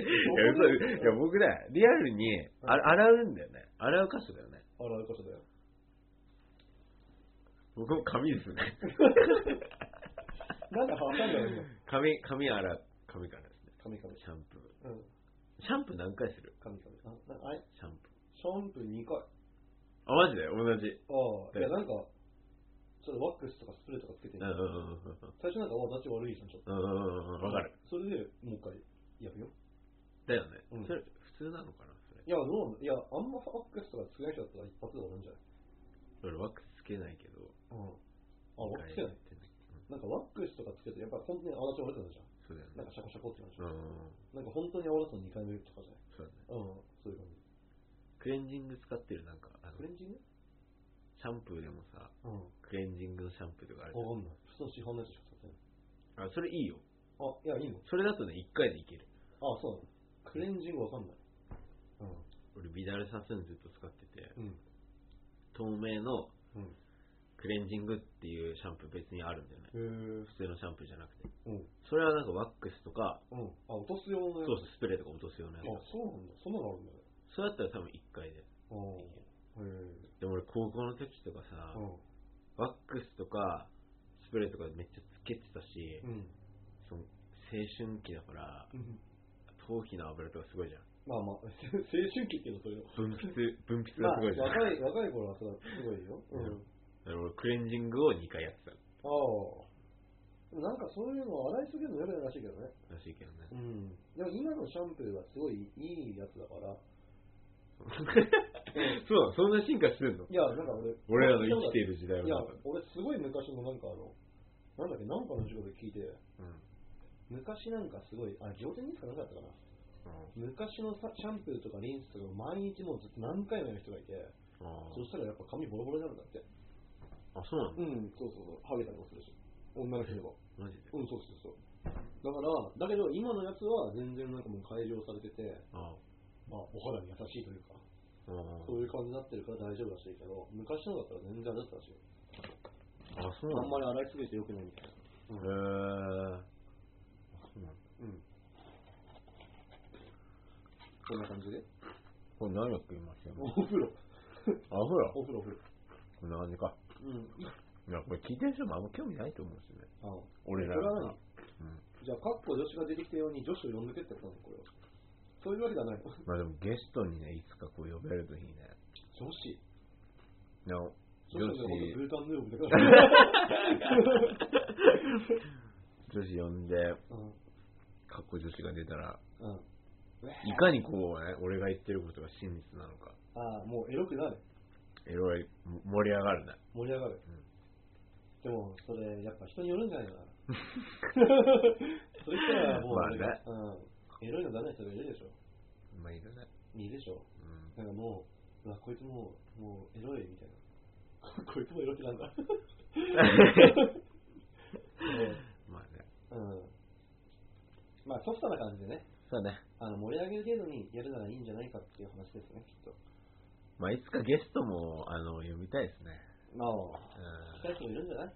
いや嘘いや僕ねリアルにあ洗うんだよね洗う箇所だよねあら、ことだよ。僕も髪ですね <laughs> なんかわかんないよ。髪、髪洗う、髪からですね。神々。シャンプー。うん、シャンプー何回する神々。あ、なあれシャンプシャンプー2回。あー。あ、マジで同じ。あ、えいや、なんか、ちょっとワックスとかスプレーとかつけてうるんうん最初なんか、私悪いじゃん、ちょっと。うんうんうん。うんうんうん。わかる。。それで、もう一回、やるよ。だよね。うんそれ、普通なのかなそれ。いや、どうなんだいや、あんまワックスとかつけない人だったら一発で終わるんじゃない俺、ワックスつけないけど。うん。あ、ワックスつけうない。んなんかワックスとかつけて、やっぱ本当に泡立ち折れてたじゃん。そうだよなんね。かシャコシャコって感じ。うんうんうん。なんか本当に泡立つの2回目とかじゃないそうだね。うん、そういう感じ。クレンジング使ってる、なんか、あのクレンジングシャンプーでもさ、うん。クレンジングのシャンプーとかあるじわかんない。普通の市販のやつしか使ってない。ゃん。あ、それいいよ。あ、いや、いいのそれだとね、1回でいける。あ、そうなの。クレンジングわかんない。俺、ビダルサスーンずっと使ってて、うん。うん。透明のうんククレンジングっていうシャンプー別にあるんだよね。へー普通のシャンプーじゃなくて。うん。それはなんかワックスとか、うん。あ、落とす用のそうやつ。そう、スプレーとか落とすようなやあ、そうなんだ。そんなのあるんだね。つ。そうやったら多分1回で。うん。へえ。でも俺高校の時とかさう、ワックスとか、スプレーとかめっちゃつけてたし、ん。うん。その青春期だから、うん頭皮の油とかすごいじゃん。まあまあ、 <laughs> 青春期っていうのはそれよ。分 <laughs> 泌、分泌まがあ、すごいじゃん。若い、若い頃はそれはすごいよ。ううんん。だから俺クレンジングを2回やってああ。でもなんかそういうの洗いすぎるの嫌だらしいけどね。たらしいけど <laughs> ね。うん。でも今のシャンプーはすごいいいやつだから。そうなのそんな進化してんのいや、なんか俺俺、らの生きている時代いやは多分。、俺すごい昔のなんかあの、なんだっけ、なんかの授業で聞いて、うん。昔なんかすごい、あ、仰天ニュースかなんかだったかな。うん昔のさシャンプーとかリンスとかを毎日もうずっと何回もやる人がいて、あそしたらやっぱ髪ボロボロになるんだって。ーあ、そうなのうん、そうそうそう、ハゲたりもするし。女の人でも。マジで。うん、そうそうそう。だから、だけど今のやつは全然なんかもう改良されてて、あまあお肌に優しいというか、ーあそういう感じになってるから大丈夫らしいけど、昔のだったら全然あれだったー。あ、らしいよ。そうなあんまのり洗いすぎて良くないみたいへー。な。あそうなのうん。こんな感じで。これ何を食いましたよ。お風呂。あ、ほら。お風呂、お風呂。こんな感じか。うん。いや、これ聞いてる人もあんま興味ないと思うんですよね。あの俺らこれがはさうん。何。じゃあ、かっこ女子が出てきたように女子を呼んでけってことなのこれは。そういうわけじゃないの。まあでもゲストにね、いつかこう呼べるといいね。女子。いや、女女子の子、ことブータンヌーブだ <laughs> か女ら。子呼んで、うん。かっこ女子が出たら、うん。いかにこうね、俺が言ってることが真実なのか、ああ、もうエロくなる。いろいろ盛り上がるね。盛り上がる。うんでも、それ、やっぱ人によるんじゃないかな。 <laughs> それしたら、もうあれだ、うん。エロいのダメな人がいるでしょ。まあいるね。いるでしょ。うん。なんかもう、うわ、こいつもう、もうエロいみたいな。 <laughs> こいつもエロいなんだ。まあね。うん。まあ、ソフトな感じでね、そうね。あの盛り上げる程度にやるならいいんじゃないかっていう話ですね、きっと。まあいつかゲストも、あの、呼びたいですね。まあ、うん聞きたい人もいるんじゃない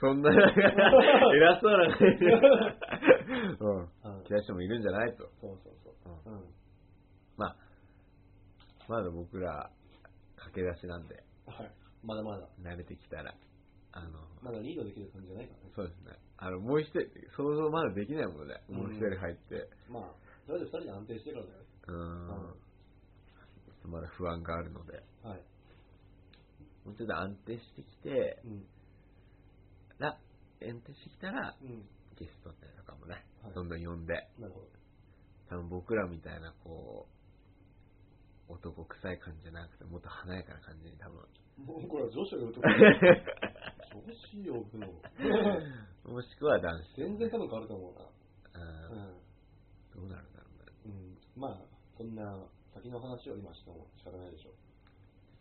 そ <laughs> んな、偉そうな感じで。うん。うん。嫌い人もいるんじゃないと。そうそうそうう。うん。まあ、まだ僕ら、駆け出しなんで、はい。まだまだ。慣れてきたら、あの、まだリードできる感じじゃないからね。そうですね。あの、もう一人、想像まだできないもので、うんもう一人入って、まあ、とりあえず2人で安定してからだよね。うーん、うんちょっとまだ不安があるので、はい。もうちょっと安定してきて、うん。ら、安定してきたら、うん。ゲストってとかもね、はいどんどん呼んで、なるほど。多分僕らみたいな、こう、男臭い感じじゃなくて、もっと華やかな感じに <laughs> 多分、もうこれは女子が言うと <laughs> こだ女子を <laughs> 呼ぶの。もしくは男子。全然多分変わると思ううんな。うん。どうなるんだろうね。うん、まあ、そんな先の話を今しても仕方ないでしょ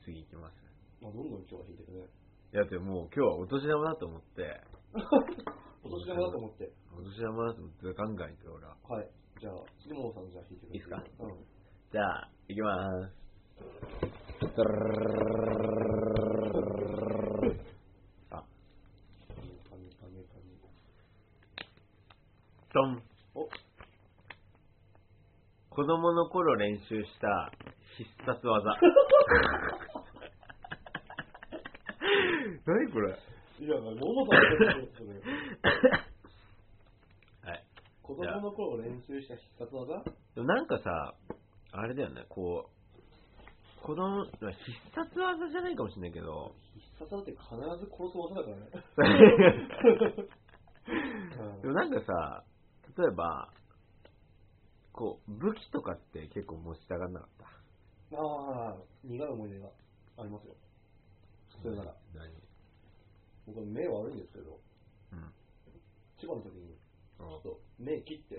次行きます。う。まあ、どんどん今日は引いていく <laughs> ね。いやだってもう今日はお年玉だと思って、お年玉だと思って。お年玉だと思ってガンガン行って俺は。はい。じゃあ、杉本さんじゃあ引いてくれていいっすかうん。じゃあ、行きまーす。あ、パネパネパネドン。お子供の頃練習した必殺技。 <laughs> 何これいや、もうさんの <laughs> ことですよねはい。子供の頃練習した必殺技でもなんかさ、あれだよね、こう、子供、必殺技じゃないかもしれないけど、必殺技って必ず殺す技だからね。 <laughs> でもなんかさ、例えば、こう、武器とかって結構持ちたがんなかった。うん、ああ、苦い思い出がありますよ。それなら、何僕は目悪いんですけど、うん。千葉の時にあちょっと目切 <laughs> って、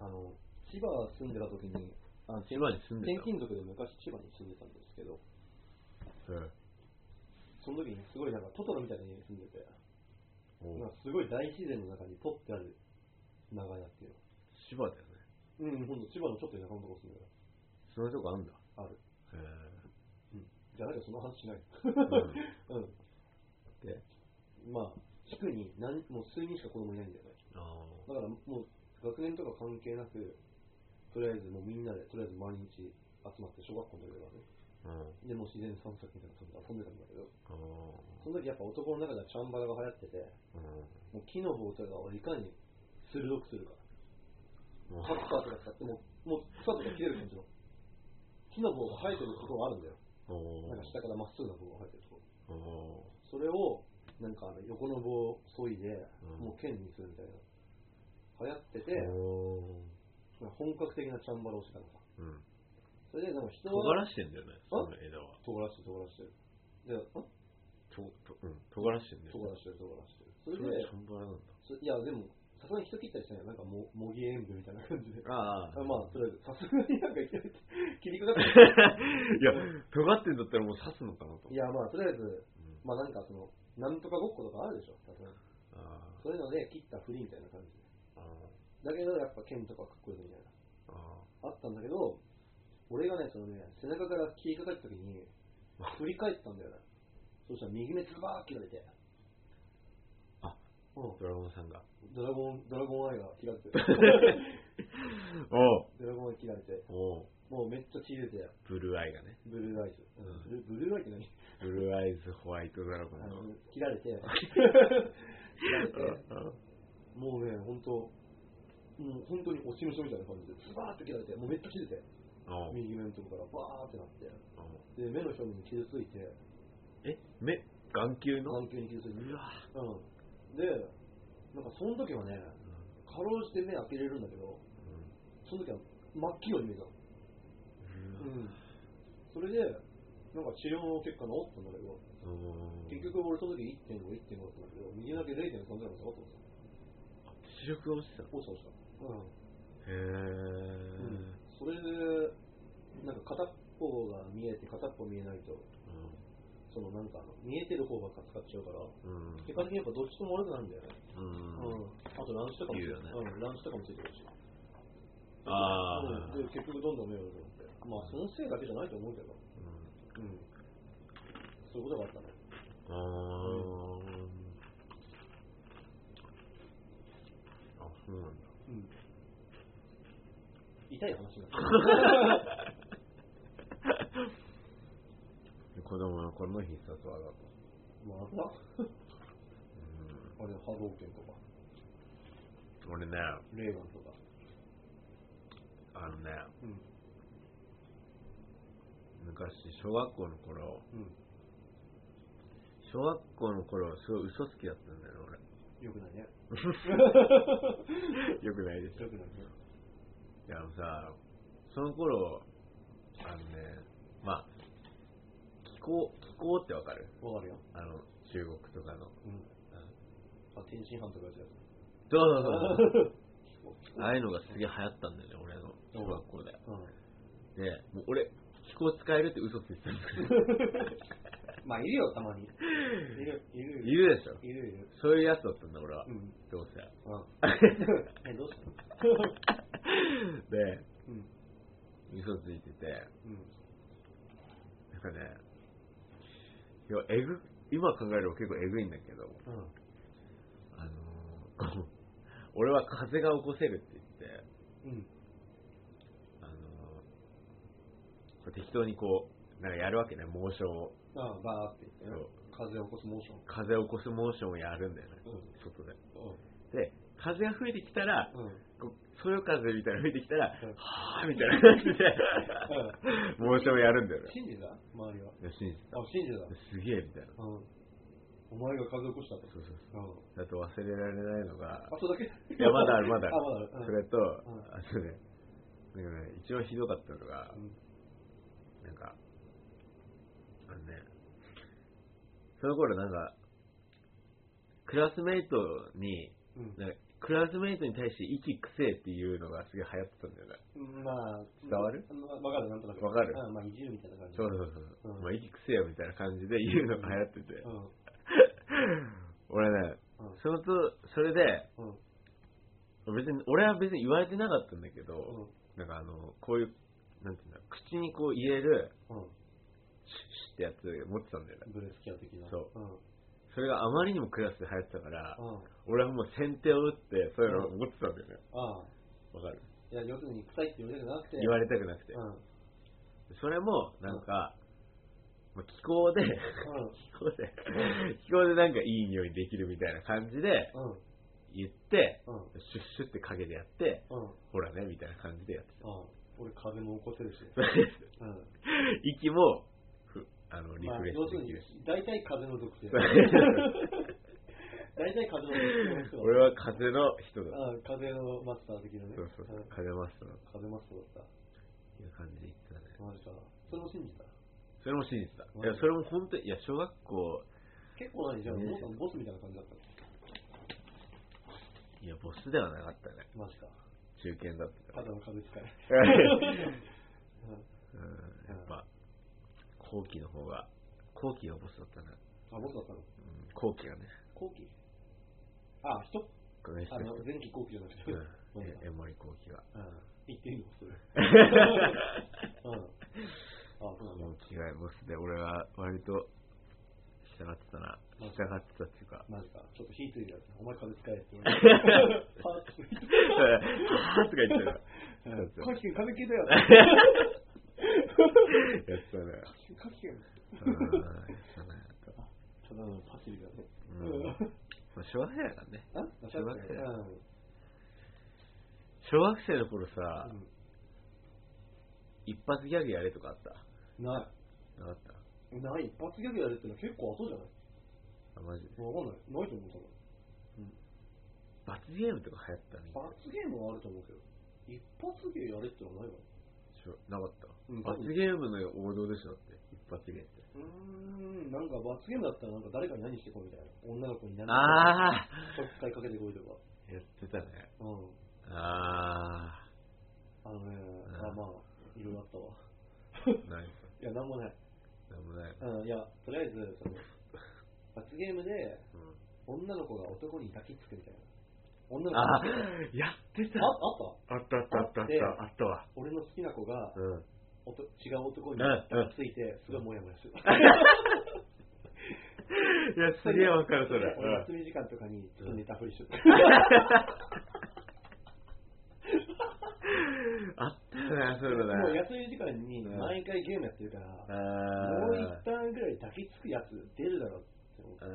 あの、千葉住んでた時に、あの千葉に住んで転た勤族で昔千葉に住んでたんですけど、うんその時にすごいなんかトトロみたいな家に住んでて、おなんかすごい大自然の中に取ってある長屋っていう千葉だよね。の。うん、ほんと千葉のちょっと田舎のとこ住んでる。そういうとこあんだ。ある。へえ。うん。じゃなきゃその話しない。うん <laughs> うん。 <laughs> で、まあ、地区に何、もう数人しか子供いないんだよね。あだからもう、学年とか関係なく、とりあえずもうみんなで、とりあえず毎日集まって小学校の時とかね。ーうん、で、もう自然散策みたいな感じで遊んでたんだけど、あその時やっぱ男の中ではチャンバラが流行ってて、ーうん、もう木の棒とかをいかに鋭くするか。もうカッターとか使ってもう、もう草とか切れる感じの。木の棒が生えてるところあるんだよ。おなんかー下からまっすぐな棒が生えてるところ。おそれを、なんかあの横の棒を削いで、うんもう剣にするみたいな。流行っててー、おまあ本格的なチャンバラをしてたのさ。ーうん。それで、なんか人尖は、らしてんだよね、その枝は。尖らしてる、尖らしてる。で、ん尖ととうん、尖らしてんだよね。らしてる、尖らしてる。そそれれチ、でャンバラなんだ。そいや、でも、さすがに人切ったりしてないなんかも、模擬演武みたいな感じで。ああ <laughs> まあ、とりあえず、さすがになんかいきなり切りかかって <laughs> る。いや、尖ってんだったらもう刺すのかなと。いや、まあ、とりあえず、うんまあなんかその、なんとかごっことかあるでしょ、さすがに。あそういうので、切ったふりみたいな感じで。ーあだけど、やっぱ剣とかかっこいいぞみたいな。ーああったんだけど、俺がね、そのね、背中から切りかかった時に、振り返ったんだよね。そしたら右目ズバー切られて。あうんー。ドラゴンさん <laughs> が。ドラゴン、ドラゴンアイが <laughs> 切られて。ドおラゴンアイ切られて。ーおもうめっちゃ血出て、ーブルーアイがね。ブルーアイズ。んブルブルーアイって何ブルーアイズホワイトドラゴンあの。の切られ <laughs> て。切られて、もうね、ほんと、もう本当に落ち武者みたいな感じで、ズバーって切られて、もうめっちゃ血出て、あー右目のとこからバーってなって、あーで、目の表面に傷ついて、え、目、眼球の眼球に傷ついて、うわうん。で、なんかその時はね、かろうじて目開けれるんだけど、その時は真っ黄色に見えたの。うん。それで、なんか治療結果治ったんだけど、結局俺その時1.5、1.5だったんだけど、右だけ0.3ぐらいまで下がって視力が落ちてたのました。落ちた落ちた。うん。へうんぇそれで、なんか片っぽが見えて片っぽ見えないと、そのなんかあの見えてる方ばっか使っちゃうから、うん。結果的にやっぱどっちとも悪くなるんだよね。うん。うん。あと、ランチとかもつ言いてうようん、ランチとかもついてるし。あーうんで、結局どんどん目を潤って。まあ、そのせいだけじゃないと思うけど。うん。そういうことがあったね。あーあ、そうなんだ。うん。痛い話にな <laughs> った。子供の頃の必殺技と。まあ、危な。 <laughs> あれ、波動拳とか、うん。俺ね、レーガンとか。あのね、うん。昔、小学校の頃、うん。小学校の頃、すごい嘘つきだったんだよね、よくないね。俺。よくないでしょよくないね。いや、あのさ、その頃、あのね、まあ、気候、気候ってわかるわかるよ。あの、中国とかの。うん。あ、天津飯とかやつやつ。どうぞどうぞ。うああいうのがすげえ流行ったんだよね、俺の小学校で。 <laughs> ん。で、もう俺、気候使えるって嘘ついてたんだけど。まあ、いるよ、たま <laughs> に。いる、いる。いるでしょいるいる。 <laughs> そういうやつだったんだ、俺はう。ん。どう <laughs> せ。うん。え、どうしたので、うん。嘘ついてて、うん。なんかね、いや、えぐ、今考えると結構えぐいんだけど、うん。あのー <laughs> 俺は風邪が起こせるって言って、うん。あのーこう適当にこう、なんかやるわけね、モーションを。ああ、バーって言ってね。風を起こすモーション。風を起こすモーションをやるんだよね、うん外で。うで、風が吹いてきたら、ん。うん。こう、そよ風みたいなの吹いてきたら、うんはぁーみたいな感じで、モーションをやるんだよね。信じてた周りは。いや信じてた。あ、信じてた。すげえみたいな。うん。お前が風を起こしたって。そうそうそうん。う。だと忘れられないのが、あ、それだけいや、まだある、まだああ、る。まだあそる。れと、んあとね、なんかね、一番ひどかったのがう、ん。なんか、あのね、その頃なんか、クラスメイトに、うん。なんかクラスメイトに対して息くせえっていうのがすげえ流行ってたんだよね。うんまあ、伝わるうんわかる、なんとなく。わかるうんまあ、いじるみたいな感じ。そうそうそうそう。うんまあ、息くせえよみたいな感じで言うのが流行ってて。うん。俺ね、うんそのと、それで、うん。別に、俺は別に言われてなかったんだけうど、ん。なんかあの、こういう、なんていうんだ、口にこう入れるうん。ってやつ持ってたんだよな。ブレスキャ的な。そううん。それがあまりにもクラスで流行ってたから、うん。俺はもう先手を打って、そういうのを持ってたんだよね。ああ。わかるいや、要するに臭いって言われたくなくて。言われたくなくて。うん。それも、なんか、まあ気候で、うん。気候で、気候でなんかいい匂いできるみたいな感じでうん。言って、うん。シュッシュって影でやって、うん。うん。ほらね、みたい <laughs> な感じでやって俺、風も起こせるし。た。そうですうん。息も、ふあの、リまあフレッ要シすュでるきにるし。、大体風 <laughs> の属性。大体風の属性の人 <laughs> 俺は風の人だ。うん、風のマスター的なね。、そうそうそううん風マスターだっ風マスターだっていう感じで言ってたね。た。マジか。それも信じた。それも信じてた。マいジや、それも本当に、いや、小学校、結構何じゃあ、ねボスボスみたいな感じだったのいや、ボスではなかったね。マジか。中堅だったかただの風使い。ら。うん、うん、やっぱ、後期の方が、後期がボスだったな。あ、ボスだったのうん、後期がね、後期あ、人この人あたちの、前期後期じゃなくて。ううん。ん、え江森後期が。言っていいのそれ。うん。あ、そうなんだ。後期がボスで、俺は割と従ってたな。従ってたっていうか、 <laughs> マジか。ちょっと火ついてるやつ。お前風使えって言われて。パーッと吹いてはぁとか言ってた。うんそうカキ君風消えたよ。やってたね。カキ君。うん、やってたね。ただのパシリだね。ううんん。まあ小学生だからね。あ小学生うん。小学生の頃さ、一発ギャグやれとかあったうんななかったい。ない。一発ギャグやるってのは結構後じゃないあ、マジで。わかんない。ないと思う、多分。罰ゲームとか流行ったね。罰ゲームはあると思うけど。一発芸やれってのはないわ。しょなかった、うん罰ゲームの王道でしょだって一発芸ってうーん、なんか罰ゲームだったらなんか誰かに何してこいみたいな。女の子に何ああこいつ使いかけてこいとか。やってたねうん。あああのね、んあまあ、いろいろあったわ。 <laughs> ないいや、なんもない。なんもないうん、いや、とりあえず、その、罰ゲームで、うん女の子が男に抱きつくみたいな。女の子ああーやってたあったあったあったあったあったあったわ俺の好きな子がうんうんおと違う男にうん抱きついて、すごいモヤモヤする。いやすげえわかるそれ、 <laughs> 俺う休み時間とかにちょっと寝たふりしてた。ん、あったよねそういうのもうね休み時間にうん毎回ゲームやってるから、あもう一ー旦ぐらい抱きつくやつ出るだろうって思ってあ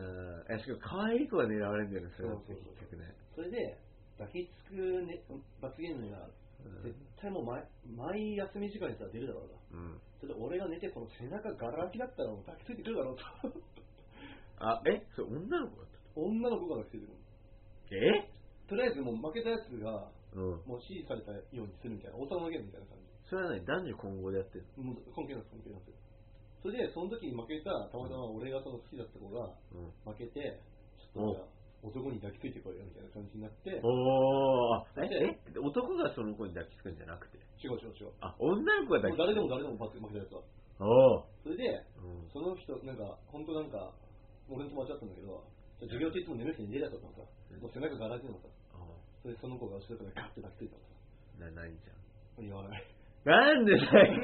ーえしかも可愛い子が狙われるんだよねそれだってそうそうそう結局ねそれで抱きつく、ね、罰ゲームにはうん絶対もう毎毎休み時間にさ出るだろうなうんそれで俺が寝てこの背中ガラ空きだったらもう抱きついてくるだろうと <laughs> あえそれ女の子だった女の子が抱きついてくるえとりあえずもう負けたやつがうんもう指示されたようにするみたいな大人のゲームみたいな感じそれはね男女混合でやってるもう関係なく関係なくそれでその時に負けたたまたま俺がその好きだった子がのうん負けてちょっとじゃあ男に抱きついてこいよみたいな感じになって違うおーええ男がその子に抱きつくんじゃなくて違う違うあ女の子が抱きつもうく誰でも誰でも罰負けたやつはおーそれでうんその人、なんか、本当なんか、俺の友達だったんだけど、じゃあ授業中いつも眠くて寝れなかったのさ、うんもう背中がら空いてんのさ、あそれでその子が後ろからガッて抱きついたのさ、ーな何じゃん言わない。なんでだよ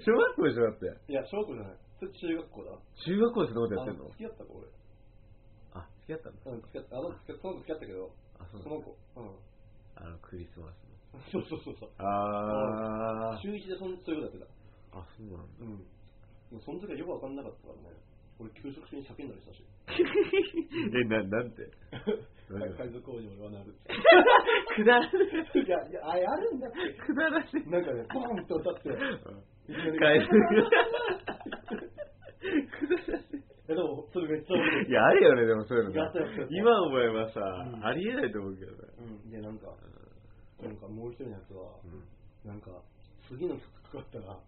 小学校でしょだっていや、小学校じゃない。それ中学校だ。中学校でそのことやあってんのの付き合った子、俺。あ付き合ったんだうん、付き合った。あの、付き合った、その子付き合ったけど、あそうそなんのだ子。 <laughs> うん。あのクリスマスのそうそうそうそう。あー中1でそんそういうことやってあそうなんだた。うん。でもその時はよくわかんなかったからね。俺、給食中に叫んだりした <laughs> し。えななんてなんか海賊王に俺はなる。くだらね <laughs> いや、いや、あ、やるんだって。くだらねなんかね、ポーンって歌って。いきなり返すえでも、それめっちゃ面白い。いやあるよねでもそういうのやねったやったやった今思えばさ、うんありえないと思うけどねうん、で、なんか、なんかもう一人のやつは、なんか、次の曲かかったら、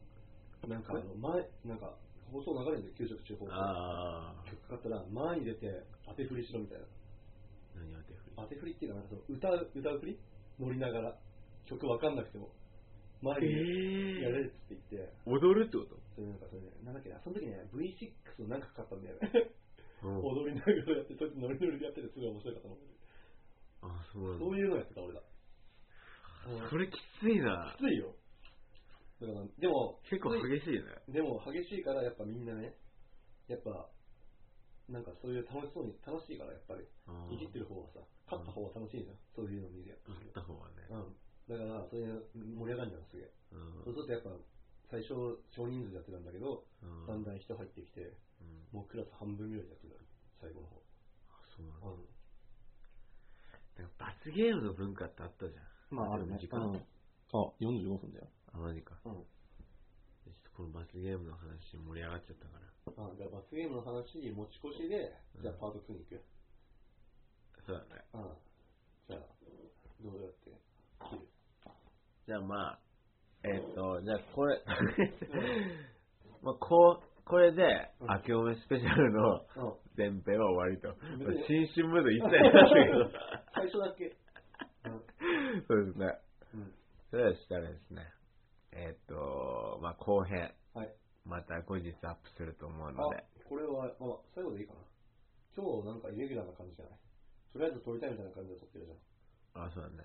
なんかあの、前、なんか、放送流れるんで、給食中放送。ああ曲かかったら、前に出て、当て振りしろみたいな。何当て振り当て振りっていうか、なんかその、歌う、歌う振り乗りながら、曲わかんなくても、前にやれっつって言って、踊るってことそれなんかそれね、なんだっけな、その時ね、V6 のなんかかかったんだよね。うん踊りながらやって、それノリノリでやってて、すごい面白かったの。あそうなんだそういうのやってた、俺ら。それきついなきついよ。だから、でも、結構激しいね。でも激しいからやっぱみんなね、やっぱ、なんかそういう楽しそうに、楽しいからやっぱり、うんいじってる方はさ、勝った方は楽しいじゃん、そういうの見る打った方はね。うん。だから、そういう盛り上がるじゃん、すげえ。うん。そうするとやっぱ、最初少人数でやってたんだけど、うん。だんだん人入ってきて、うんもうクラス半分ぐらいでやってた、最後の方。あそうなんだうん。なんか罰ゲームの文化ってあったじゃん。まああるね時間。うんあ、45分だよ。あ、マジか。うん。ちょっとこの罰ゲームの話盛り上がっちゃったから。あ、じゃあ罰ゲームの話、持ち越しで、じゃあパート2に行く。そうだね。うん。じゃあ、どうやって切るじゃあまあ、えーっ、と、じゃあこ <laughs> れ、 <laughs> まあこう、これで、うん明けおめスペシャルのうん。前編は終わりと。別に新進ムード一切なしだ <laughs> 最初だけ。けど。 <laughs> そうですね。うん。それでしたらですね、えーっ、と、まあ後編、はい。また後日アップすると思うあので、、これは、あ、最後でいいかな。今日なんかイレギュラーな感じじゃないとりあえず撮りたいみたいな感じで撮ってるじゃあそうだね。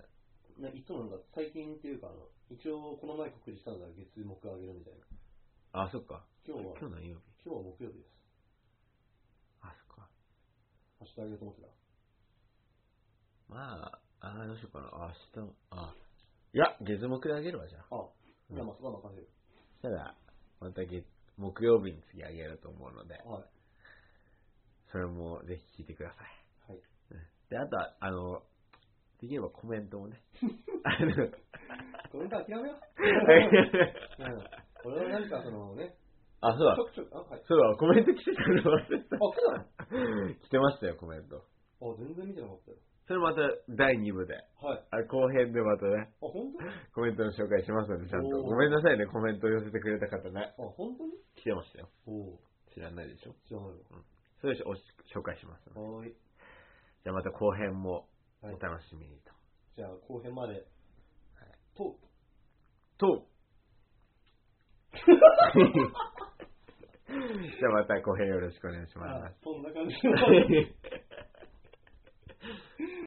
ん。ね、いつもなんか最近っていうか、あの、一応この前告知したのが月木あげるみたいな。あ、そっか。今日は、今日何曜日今日は木曜日です。あ、そっか。明日あげると思ってた。まあ、あーどうしようかな。あ明日、あ、いや、月木であげるわ、じゃあ。あ、じゃあまあそこは任せる。そしたら、また月、木曜日に次あげると思うので、はい。それもぜひ聞いてくださはい。い。うんで、あとは、あの、できればコメントも <laughs> ね。あのコメント諦めよう。うん。俺はなんかそのね、 <laughs> あ、そうちだ。ょくちょく、あ、はい。そうだ、コメント来てたの忘れてあ、そうなた。来てましたよ、コメント。のあ、全然見てなかったよ。それまた第2部で、はい。あ、あ後編でまたね、本当にあ、コメントの紹介しますので、ちゃんと。おーごめんなさいね、コメント寄せてくれた方ね。本当に来てましたよ。おお。知らないでしょ。知らないそれをおし紹介しますので。わ。はーい。じゃあまた後編もおはい楽しみにと。じゃあ後編まで、と、と。 <laughs> じゃあまた後編よろしくお願いしあます。そんな感じ。